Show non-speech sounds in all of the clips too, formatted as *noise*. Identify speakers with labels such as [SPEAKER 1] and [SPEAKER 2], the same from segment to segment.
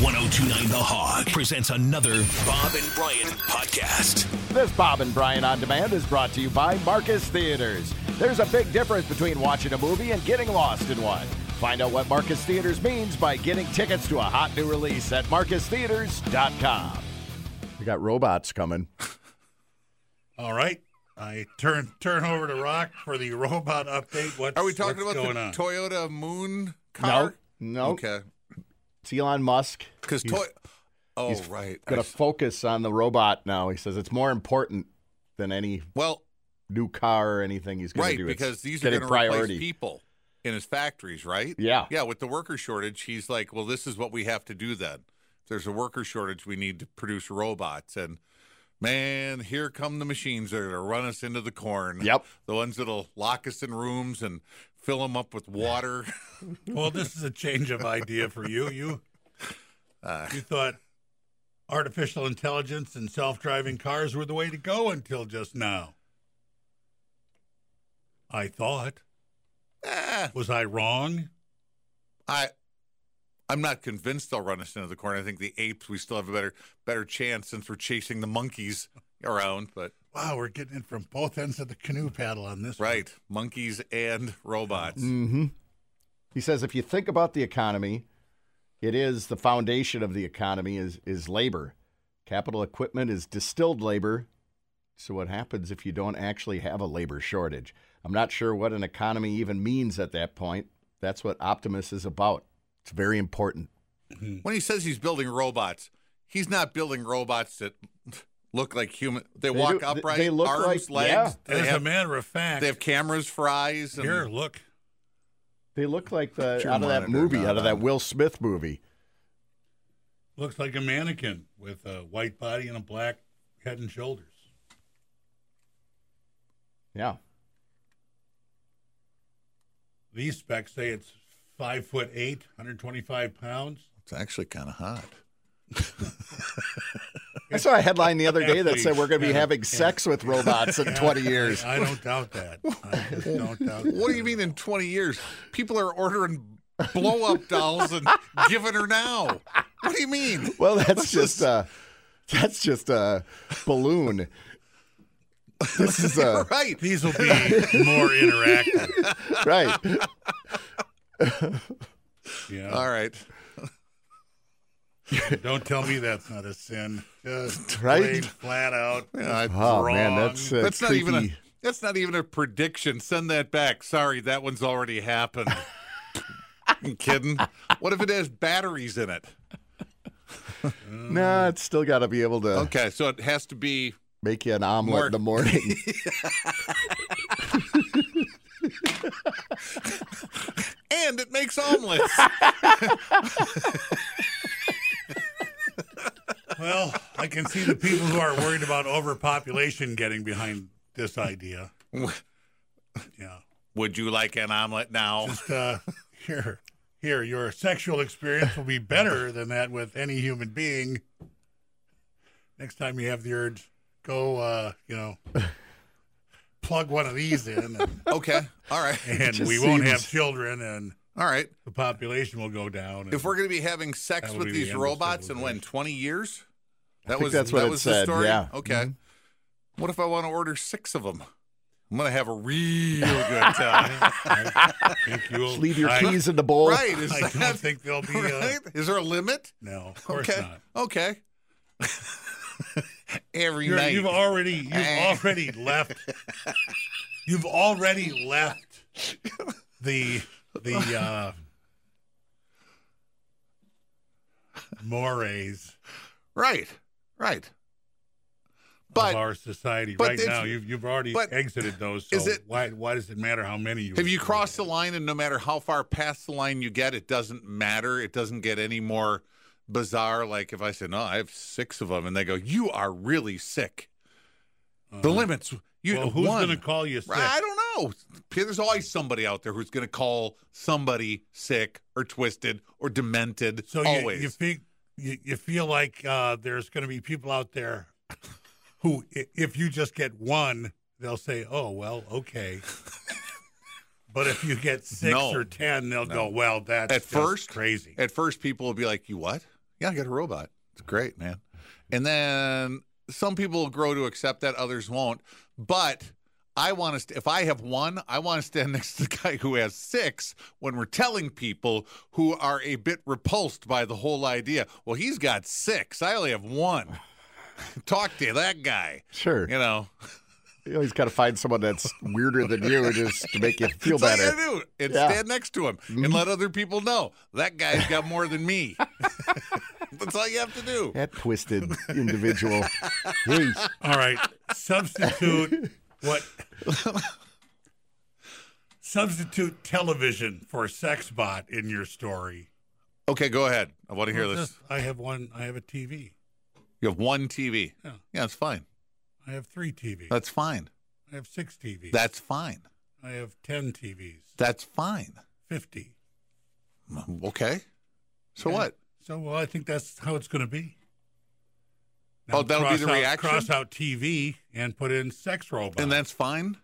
[SPEAKER 1] 1029 The Hog presents another Bob and Brian podcast.
[SPEAKER 2] This Bob and Brian on Demand is brought to you by Marcus Theaters. There's a big difference between watching a movie and getting lost in one. Find out what Marcus Theaters means by getting tickets to a hot new release at marcustheaters.com. We got robots coming.
[SPEAKER 3] All right. I turn turn over to Rock for the robot update. What's,
[SPEAKER 4] Are we talking
[SPEAKER 3] what's going
[SPEAKER 4] about the
[SPEAKER 3] on?
[SPEAKER 4] Toyota Moon car?
[SPEAKER 2] No, no.
[SPEAKER 4] Okay.
[SPEAKER 2] It's Elon Musk.
[SPEAKER 4] Because toy. Oh right.
[SPEAKER 2] Got to focus on the robot now. He says it's more important than any
[SPEAKER 4] well,
[SPEAKER 2] new car or anything he's going
[SPEAKER 4] right
[SPEAKER 2] to do. It's
[SPEAKER 4] because these are
[SPEAKER 2] getting
[SPEAKER 4] going to
[SPEAKER 2] priority.
[SPEAKER 4] replace people in his factories, right?
[SPEAKER 2] Yeah.
[SPEAKER 4] Yeah. With the worker shortage, he's like, well, this is what we have to do then. If there's a worker shortage, we need to produce robots and. Man, here come the machines that are going to run us into the corn.
[SPEAKER 2] Yep.
[SPEAKER 4] The ones that'll lock us in rooms and fill them up with water. *laughs*
[SPEAKER 3] well, this is a change of idea for you. You
[SPEAKER 4] Uh,
[SPEAKER 3] you thought artificial intelligence and self driving cars were the way to go until just now. I thought.
[SPEAKER 4] Ah,
[SPEAKER 3] Was I wrong?
[SPEAKER 4] I I'm not convinced they'll run us into the corner. I think the apes we still have a better better chance since we're chasing the monkeys around, but
[SPEAKER 3] Wow, we're getting it from both ends of the canoe paddle on this. one.
[SPEAKER 4] right, monkeys and robots.
[SPEAKER 2] hmm He says if you think about the economy, it is the foundation of the economy is is labor. Capital equipment is distilled labor. So what happens if you don't actually have a labor shortage? I'm not sure what an economy even means at that point. That's what Optimus is about. It's very important.
[SPEAKER 4] When he says he's building robots, he's not building robots that look like human. They,
[SPEAKER 2] They
[SPEAKER 4] walk
[SPEAKER 2] do- they-
[SPEAKER 4] upright,
[SPEAKER 2] they look
[SPEAKER 4] arms,
[SPEAKER 2] like- yeah.
[SPEAKER 4] legs.
[SPEAKER 3] As
[SPEAKER 4] *laughs* They,
[SPEAKER 3] a
[SPEAKER 4] have,
[SPEAKER 3] matter of fact,
[SPEAKER 4] they have cameras for eyes. And,
[SPEAKER 3] here, look.
[SPEAKER 2] They look like the
[SPEAKER 4] Put your
[SPEAKER 2] out of that
[SPEAKER 4] monitor
[SPEAKER 2] movie,
[SPEAKER 4] not
[SPEAKER 2] out of that
[SPEAKER 4] on.
[SPEAKER 2] Will Smith movie.
[SPEAKER 3] Looks like a mannequin with a white body and a black head and shoulders.
[SPEAKER 2] Yeah.
[SPEAKER 3] These specs say it's five foot eight, 125 pounds.
[SPEAKER 4] It's actually kind of hot.
[SPEAKER 2] I saw a headline the other day that
[SPEAKER 3] Athletes.
[SPEAKER 2] said we're going to be
[SPEAKER 3] *laughs* Yeah.
[SPEAKER 2] having
[SPEAKER 3] Yeah.
[SPEAKER 2] sex with robots in 20 years.
[SPEAKER 3] I, I don't doubt that.
[SPEAKER 4] *laughs*
[SPEAKER 3] I just don't doubt.
[SPEAKER 4] What
[SPEAKER 3] that.
[SPEAKER 4] do you mean in 20 years? People are ordering blow up dolls and giving her now. What do you mean?
[SPEAKER 2] Well, that's just uh that's just a balloon. This is a
[SPEAKER 4] *laughs* Right.
[SPEAKER 3] These will be more interactive.
[SPEAKER 4] *laughs*
[SPEAKER 2] right.
[SPEAKER 3] Yeah.
[SPEAKER 4] All right.
[SPEAKER 3] *laughs* Don't tell me that's not a sin. Just
[SPEAKER 2] *laughs* Right?
[SPEAKER 3] plain flat out.
[SPEAKER 4] Uh,
[SPEAKER 2] Oh
[SPEAKER 3] Wrong.
[SPEAKER 2] man, that's uh,
[SPEAKER 4] that's not even a
[SPEAKER 2] creepy.
[SPEAKER 4] that's not even a prediction. Send that back. Sorry, that one's already happened.
[SPEAKER 2] *laughs*
[SPEAKER 4] I'm kidding. What if it has batteries in it?
[SPEAKER 2] Nah, it's still got to be able to
[SPEAKER 4] Okay, so it has to be
[SPEAKER 2] make you an omelet in
[SPEAKER 4] Mark.
[SPEAKER 2] the
[SPEAKER 4] *laughs*
[SPEAKER 2] morning.
[SPEAKER 4] and it
[SPEAKER 2] *laughs*
[SPEAKER 4] makes omelets.
[SPEAKER 3] Well, I can see the people who are worried about overpopulation getting behind this idea. Yeah.
[SPEAKER 4] Would you like an omelet now?
[SPEAKER 3] Just uh, here, here, your sexual experience will be better than that with any human being. Next time you have the urge, go, uh, you know, plug one of
[SPEAKER 2] *laughs*
[SPEAKER 3] these in, and,
[SPEAKER 4] Okay. All right.
[SPEAKER 3] and
[SPEAKER 2] just
[SPEAKER 3] we won't
[SPEAKER 2] seems-
[SPEAKER 3] have children, and
[SPEAKER 4] All right.
[SPEAKER 3] the population will go down. and-
[SPEAKER 4] If we're going to be having sex
[SPEAKER 3] That would
[SPEAKER 4] with
[SPEAKER 3] be the
[SPEAKER 4] these
[SPEAKER 3] end of
[SPEAKER 4] robots in when
[SPEAKER 3] civilization.
[SPEAKER 4] 20 years? That
[SPEAKER 2] think
[SPEAKER 4] was
[SPEAKER 2] that's what
[SPEAKER 4] that
[SPEAKER 2] it
[SPEAKER 4] was
[SPEAKER 2] said,
[SPEAKER 4] the story.
[SPEAKER 2] yeah. Mm-hmm.
[SPEAKER 4] Okay. What if I want to order 6 of them? I'm going to have
[SPEAKER 3] *laughs*
[SPEAKER 4] a real good time.
[SPEAKER 3] I think you will-
[SPEAKER 2] Just *laughs* leave your
[SPEAKER 3] I-
[SPEAKER 2] keys in the bowl.
[SPEAKER 4] right. Is
[SPEAKER 3] I
[SPEAKER 4] that,
[SPEAKER 3] don't think there'll be.
[SPEAKER 4] right?
[SPEAKER 3] A,
[SPEAKER 4] Is there a limit?
[SPEAKER 3] no, of course
[SPEAKER 4] okay.
[SPEAKER 3] not. *laughs*
[SPEAKER 4] Okay. Every
[SPEAKER 3] You're,
[SPEAKER 4] night.
[SPEAKER 3] you've
[SPEAKER 4] *laughs*
[SPEAKER 3] already you've already left. You've already left the the uh, mores
[SPEAKER 4] right. Right.
[SPEAKER 3] of
[SPEAKER 4] But
[SPEAKER 3] our society
[SPEAKER 4] but
[SPEAKER 3] right
[SPEAKER 4] it's-
[SPEAKER 3] now. You've you've already
[SPEAKER 4] but
[SPEAKER 3] exited those. So
[SPEAKER 4] is it-
[SPEAKER 3] why why does it matter how many you
[SPEAKER 4] have you crossed the line and no matter how far past the line you get it doesn't matter. It doesn't get any more bizarre like if I say no, I have 6 of them and they go, "You are really sick." The limits you
[SPEAKER 3] Uh, Uh-huh. Well, who's
[SPEAKER 4] one.
[SPEAKER 3] going to call you sick?
[SPEAKER 4] Right, I don't know. There's always somebody out there who's going to call somebody sick or twisted or demented.
[SPEAKER 3] So you,
[SPEAKER 4] always.
[SPEAKER 3] you think you, you feel like uh, there's going to be people out there who, i- if you just get one, they'll say, "Oh well, okay." but if you
[SPEAKER 4] *laughs*
[SPEAKER 3] get six
[SPEAKER 4] No.
[SPEAKER 3] or ten, they'll go, "Well, that's
[SPEAKER 4] At
[SPEAKER 3] just
[SPEAKER 4] first-
[SPEAKER 3] crazy."
[SPEAKER 4] *laughs* At first, people will be like, "You what?" Yeah, I got a robot. It's great, man. And then some people will grow to accept that, others won't. But I want to, st- if I have one, I want to stand *laughs* next to the guy who has six when we're telling people who are a bit repulsed by the whole idea. Well, he's got six. I only have one. *laughs* Talk to that guy.
[SPEAKER 2] Sure.
[SPEAKER 4] You know,
[SPEAKER 2] You always got to find someone that's weirder than you just to
[SPEAKER 4] *laughs*
[SPEAKER 2] make you feel
[SPEAKER 4] That's all
[SPEAKER 2] better.
[SPEAKER 4] you gotta do. And
[SPEAKER 2] Yeah. Mm-hmm.
[SPEAKER 4] stand next to him and let other people know that guy's got more than me. *laughs* That's all you have to do.
[SPEAKER 2] That twisted individual. Hey,
[SPEAKER 3] All right. Substitute
[SPEAKER 4] *laughs*
[SPEAKER 3] what? Substitute television for sex bot in your story.
[SPEAKER 4] Okay, go ahead. I want to hear this.
[SPEAKER 3] Just, I have one. I have a TV.
[SPEAKER 4] You have one TV.
[SPEAKER 3] Yeah.
[SPEAKER 4] Yeah, it's fine.
[SPEAKER 3] I have three TVs.
[SPEAKER 4] That's fine.
[SPEAKER 3] I have six TVs.
[SPEAKER 4] That's fine.
[SPEAKER 3] I have ten TVs.
[SPEAKER 4] That's fine.
[SPEAKER 3] Fifty.
[SPEAKER 4] Okay. So
[SPEAKER 3] Yeah.
[SPEAKER 4] what?
[SPEAKER 3] So well, I think that's how it's going to be.
[SPEAKER 4] Oh, that'll be
[SPEAKER 3] cross
[SPEAKER 4] the
[SPEAKER 3] out-
[SPEAKER 4] reaction?
[SPEAKER 3] Cross out TV and put in sex robot.
[SPEAKER 4] And that's fine?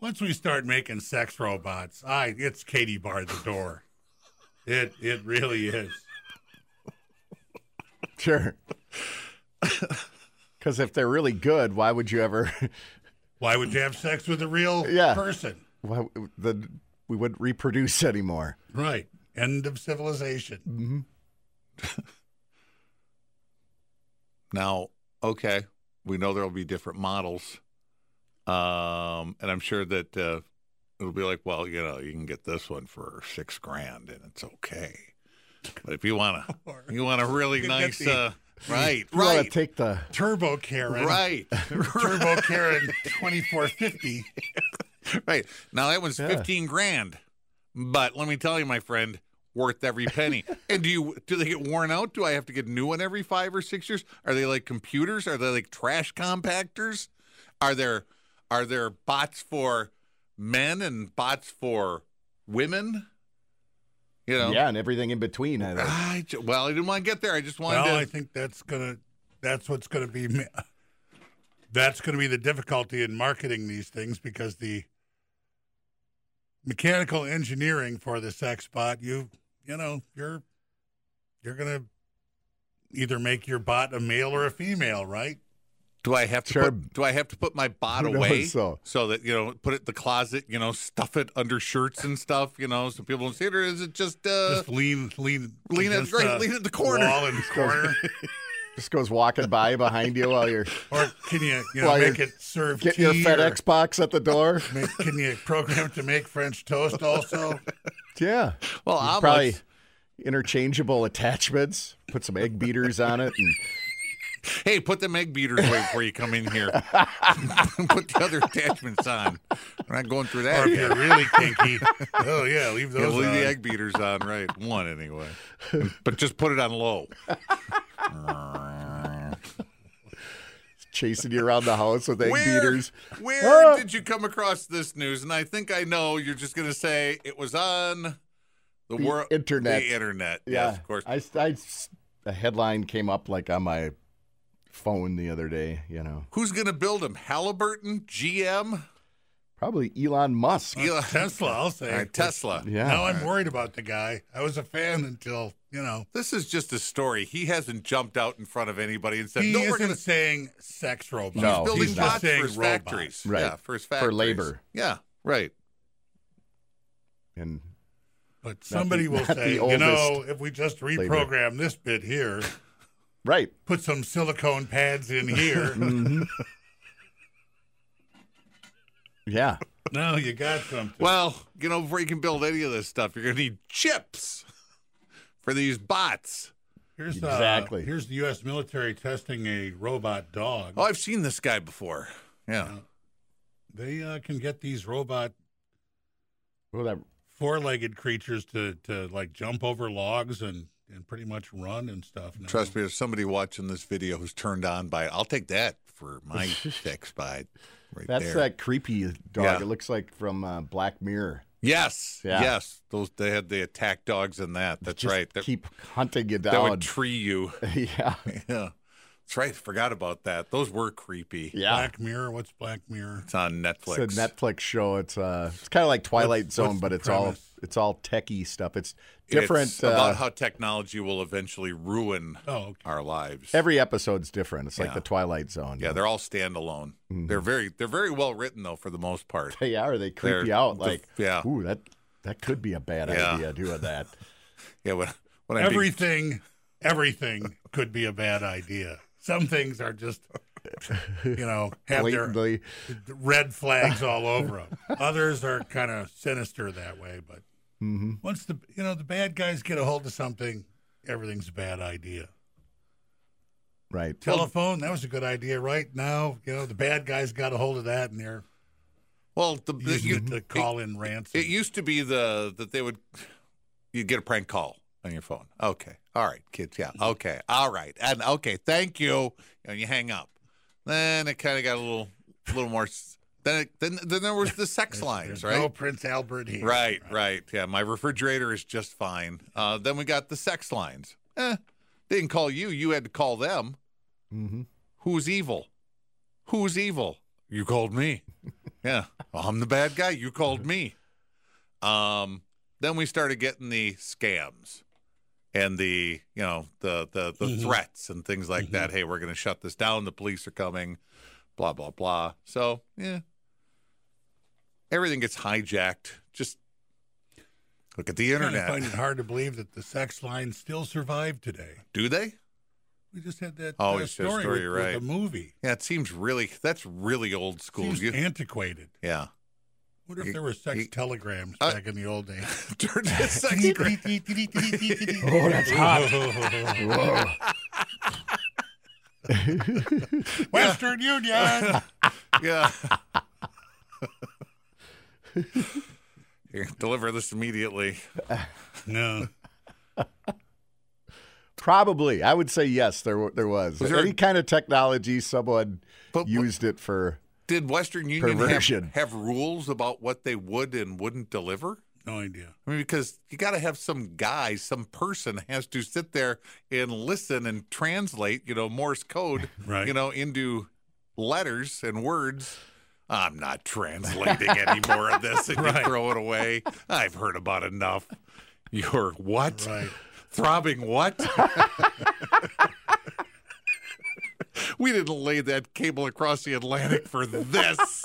[SPEAKER 3] Once we start making sex robots, I it's Katie barred the door. it it really is.
[SPEAKER 4] *laughs*
[SPEAKER 2] sure. Because if they're really good, why would you ever? *laughs*
[SPEAKER 3] Why would you have sex with a real
[SPEAKER 2] Yeah.
[SPEAKER 3] person?
[SPEAKER 2] Why, the, we wouldn't reproduce anymore. Mm-hmm.
[SPEAKER 3] Right. End of civilization.
[SPEAKER 4] Now, okay, we know there'll be different models. Um, and I'm sure that uh, it'll be like, well, you know, you can get this one for six grand and it's okay. But if you want
[SPEAKER 3] Or-
[SPEAKER 4] to, you want a really
[SPEAKER 3] *laughs* You can get
[SPEAKER 4] nice,
[SPEAKER 3] the-
[SPEAKER 4] uh, right,
[SPEAKER 2] You want to
[SPEAKER 4] right,
[SPEAKER 2] take the
[SPEAKER 3] Turbo Karen.
[SPEAKER 4] *laughs* right,
[SPEAKER 3] Turbo Karen twenty four fifty.
[SPEAKER 4] right. Now that one's
[SPEAKER 2] Yeah.
[SPEAKER 4] 15 grand, but let me tell you, my friend, worth every penny. and do you, do they get worn out? Do I have to get a new one every five or six years? Are they like computers? Are they like trash compactors? Are there, are there bots for men and bots for women? You know,
[SPEAKER 2] yeah and everything in between. I think.
[SPEAKER 4] I ju- well, I didn't want to get there. I just wanted
[SPEAKER 3] Well,
[SPEAKER 4] to.
[SPEAKER 3] I think that's gonna that's what's gonna be ma- that's gonna be the difficulty in marketing these things because the mechanical engineering for the sex bot you you know you're you're gonna either make your bot a male or a female right
[SPEAKER 4] Do I have to
[SPEAKER 2] Sure.
[SPEAKER 4] put, do I have to put my
[SPEAKER 2] *laughs*
[SPEAKER 4] bot
[SPEAKER 2] Who knows,
[SPEAKER 4] away
[SPEAKER 2] so.
[SPEAKER 4] that you know put it in the closet you know stuff it under shirts and stuff you know so people don't see it or is it just uh
[SPEAKER 3] just lean lean
[SPEAKER 4] lean in-
[SPEAKER 3] against
[SPEAKER 4] right,
[SPEAKER 3] the
[SPEAKER 4] lean in the corner.
[SPEAKER 3] wall
[SPEAKER 4] *laughs*
[SPEAKER 3] in the corner
[SPEAKER 2] Just goes walking by behind you while you're
[SPEAKER 3] or can you you know
[SPEAKER 2] While
[SPEAKER 3] make
[SPEAKER 2] you're
[SPEAKER 3] it serve
[SPEAKER 2] getting
[SPEAKER 3] tea
[SPEAKER 2] your
[SPEAKER 3] or
[SPEAKER 2] FedEx box at the door.
[SPEAKER 3] make, can you program it to make French toast also
[SPEAKER 2] Yeah.
[SPEAKER 4] well
[SPEAKER 2] There's
[SPEAKER 4] omelets
[SPEAKER 2] probably interchangeable attachments. Put some egg beaters on it, and
[SPEAKER 4] hey put them egg beaters away before you come in
[SPEAKER 2] *laughs*
[SPEAKER 4] here *laughs* put the other attachments on we're not going through
[SPEAKER 3] or
[SPEAKER 4] that
[SPEAKER 3] if
[SPEAKER 4] again.
[SPEAKER 2] *laughs*
[SPEAKER 3] you're really kinky, oh yeah, leave
[SPEAKER 4] Yeah,
[SPEAKER 3] those.
[SPEAKER 4] leave the
[SPEAKER 3] on.
[SPEAKER 4] egg beaters on right
[SPEAKER 2] *laughs*
[SPEAKER 4] one anyway but just put it on low
[SPEAKER 2] chasing you around the house with egg
[SPEAKER 4] where,
[SPEAKER 2] beaters.
[SPEAKER 4] Where
[SPEAKER 2] Ah.
[SPEAKER 4] did you come across this news? And I think I know you're just going to say it was on the, world
[SPEAKER 2] internet.
[SPEAKER 4] The internet.
[SPEAKER 2] Yeah,
[SPEAKER 4] Yes, of course.
[SPEAKER 2] I, I- a headline came up like on my phone the other day. You know,
[SPEAKER 4] Who's going to build them? Halliburton, GM,
[SPEAKER 2] probably Elon Musk.
[SPEAKER 4] Elon,
[SPEAKER 3] Tesla, I'll say.
[SPEAKER 4] All right, Tesla.
[SPEAKER 2] Yeah.
[SPEAKER 3] Now I'm worried about the guy. I was a fan until you know
[SPEAKER 4] This is just a story. He hasn't jumped out in front of anybody and said,
[SPEAKER 3] he
[SPEAKER 4] "No,
[SPEAKER 3] isn't
[SPEAKER 4] we're going to
[SPEAKER 3] saying sex robot.
[SPEAKER 2] No,
[SPEAKER 4] building
[SPEAKER 2] he's
[SPEAKER 4] bots
[SPEAKER 2] not.
[SPEAKER 4] for
[SPEAKER 3] Saying
[SPEAKER 4] his
[SPEAKER 3] robot.
[SPEAKER 4] factories."
[SPEAKER 2] Right.
[SPEAKER 4] Yeah, for his factories.
[SPEAKER 2] labor.
[SPEAKER 4] Yeah, right.
[SPEAKER 2] And
[SPEAKER 3] But somebody
[SPEAKER 2] the-
[SPEAKER 3] will
[SPEAKER 2] not the
[SPEAKER 3] say, you
[SPEAKER 2] oldest
[SPEAKER 3] know, if we just
[SPEAKER 2] labor.
[SPEAKER 3] reprogram this bit here,
[SPEAKER 2] right,
[SPEAKER 3] put some silicone pads
[SPEAKER 2] *laughs*
[SPEAKER 3] in here.
[SPEAKER 2] yeah,
[SPEAKER 3] now you got something.
[SPEAKER 4] Well, you know, before you can build any of this stuff, you're going to need chips *laughs* for these bots.
[SPEAKER 3] Here's uh,
[SPEAKER 2] Exactly.
[SPEAKER 3] here's the U.S. military testing a robot dog.
[SPEAKER 4] Oh, I've seen this guy before. Yeah.
[SPEAKER 3] They uh, can get these robot
[SPEAKER 2] well, that,
[SPEAKER 3] four-legged creatures to to like jump over logs and and pretty much run and stuff. now.
[SPEAKER 4] Trust me, there's somebody watching this video who's turned on by it. I'll take that for my sex bot right
[SPEAKER 2] that's uh,
[SPEAKER 4] there.
[SPEAKER 2] that creepy dog.
[SPEAKER 4] Yeah.
[SPEAKER 2] It looks like from uh, Black Mirror.
[SPEAKER 4] Yes,
[SPEAKER 2] Yeah.
[SPEAKER 4] yes. Those they had the attack dogs in that. That's
[SPEAKER 2] Just
[SPEAKER 4] right. That,
[SPEAKER 2] Keep hunting you *laughs*
[SPEAKER 4] that
[SPEAKER 2] down.
[SPEAKER 4] would tree you.
[SPEAKER 2] yeah.
[SPEAKER 4] *laughs* yeah. That's right. Forgot about that. Those were creepy.
[SPEAKER 2] Yeah.
[SPEAKER 3] Black Mirror. What's Black Mirror?
[SPEAKER 4] It's on Netflix.
[SPEAKER 2] It's a Netflix show. It's uh, it's kind of like Twilight
[SPEAKER 3] What's-
[SPEAKER 2] Zone,
[SPEAKER 3] what's
[SPEAKER 2] but
[SPEAKER 3] the
[SPEAKER 2] it's
[SPEAKER 3] premise?
[SPEAKER 2] all it's all techie stuff. It's
[SPEAKER 4] It's
[SPEAKER 2] different. uh,
[SPEAKER 4] about how technology will eventually ruin
[SPEAKER 3] Oh, okay.
[SPEAKER 4] our lives.
[SPEAKER 2] every episode's different. It's like
[SPEAKER 4] Yeah.
[SPEAKER 2] the Twilight Zone.
[SPEAKER 4] yeah, they're all standalone.
[SPEAKER 2] Mm-hmm.
[SPEAKER 4] They're very they're very well written though for the most part.
[SPEAKER 2] *laughs* they are. They creep
[SPEAKER 4] They're
[SPEAKER 2] you out.
[SPEAKER 4] the-
[SPEAKER 2] Like,
[SPEAKER 4] yeah.
[SPEAKER 2] ooh, that that could be a bad
[SPEAKER 4] Yeah.
[SPEAKER 2] idea doing that.
[SPEAKER 4] *laughs* Yeah, when when I be,
[SPEAKER 3] everything, everything could be a bad idea. Some things are just, you know, have their
[SPEAKER 2] Blatantly,
[SPEAKER 3] red flags all over them. Others are kind of sinister that way. But
[SPEAKER 4] Mm-hmm.
[SPEAKER 2] Mhm.
[SPEAKER 3] once the you know the bad guys get a hold of something, everything's a bad idea.
[SPEAKER 2] right?
[SPEAKER 3] Telephone, that was a good idea. Right now, you know, the bad guys got a hold of that, and they're
[SPEAKER 4] well the, the,
[SPEAKER 3] using
[SPEAKER 4] you,
[SPEAKER 3] it to call in ransom.
[SPEAKER 4] it used to be the that they would you get a prank call on your phone. Okay. All right, kids. Yeah. Okay. All right. And okay, thank you. And you hang up. Then it kind of got a little little more s- then it, then then there was
[SPEAKER 3] *laughs*
[SPEAKER 4] the sex lines,
[SPEAKER 3] There's
[SPEAKER 4] right?
[SPEAKER 3] No Prince Albert here.
[SPEAKER 4] Right, right. Yeah, my refrigerator is just fine. Uh, then we got the sex lines. Eh, they didn't call you. You had to call them.
[SPEAKER 2] Mhm.
[SPEAKER 4] Who's evil? Who's evil? You called
[SPEAKER 3] *laughs*
[SPEAKER 4] me. yeah, Well, I'm the bad guy. You called me. Um, then we started getting the scams and the you know the the the
[SPEAKER 3] Mm-hmm.
[SPEAKER 4] threats and things like that. Hey, we're going to shut this down. The police are coming. Blah blah blah. So yeah, everything gets hijacked. Just look at the
[SPEAKER 3] I kinda
[SPEAKER 4] internet.
[SPEAKER 3] find it hard to believe that the sex line still survived today.
[SPEAKER 4] Do they?
[SPEAKER 3] We just had that
[SPEAKER 4] Oh,
[SPEAKER 3] uh,
[SPEAKER 4] you said
[SPEAKER 3] story,
[SPEAKER 4] story,
[SPEAKER 3] with, with
[SPEAKER 4] right.
[SPEAKER 3] the movie.
[SPEAKER 4] Yeah, it seems really. That's really old school.
[SPEAKER 3] Seems
[SPEAKER 4] You-
[SPEAKER 3] antiquated.
[SPEAKER 4] yeah. *laughs*
[SPEAKER 3] What if
[SPEAKER 4] You-
[SPEAKER 3] there were sex
[SPEAKER 4] you-
[SPEAKER 3] telegrams
[SPEAKER 4] Uh,
[SPEAKER 3] back in the old
[SPEAKER 4] *laughs*
[SPEAKER 3] days?
[SPEAKER 4] During the
[SPEAKER 3] *laughs*
[SPEAKER 4] sex gra-
[SPEAKER 3] oh, that's hot. *laughs* Western Union.
[SPEAKER 4] *laughs* Yeah. Here, deliver this immediately.
[SPEAKER 3] No.
[SPEAKER 2] *laughs* Probably, I would say yes. There wa- there was,
[SPEAKER 4] Was there-
[SPEAKER 2] any kind of technology someone
[SPEAKER 4] But what-
[SPEAKER 2] used it for.
[SPEAKER 4] Did Western Union have,
[SPEAKER 2] Perversion.
[SPEAKER 4] have rules about what they would and wouldn't deliver?
[SPEAKER 3] No idea.
[SPEAKER 4] I mean, because you got to have some guy, some person has to sit there and listen and translate, you know, Morse code,
[SPEAKER 3] Right.
[SPEAKER 4] you know, into letters and words. I'm not translating any more of this. And you throw it away. I've heard about enough. Your what?
[SPEAKER 3] Right.
[SPEAKER 4] Throbbing what? *laughs* we didn't lay that cable across the Atlantic for this.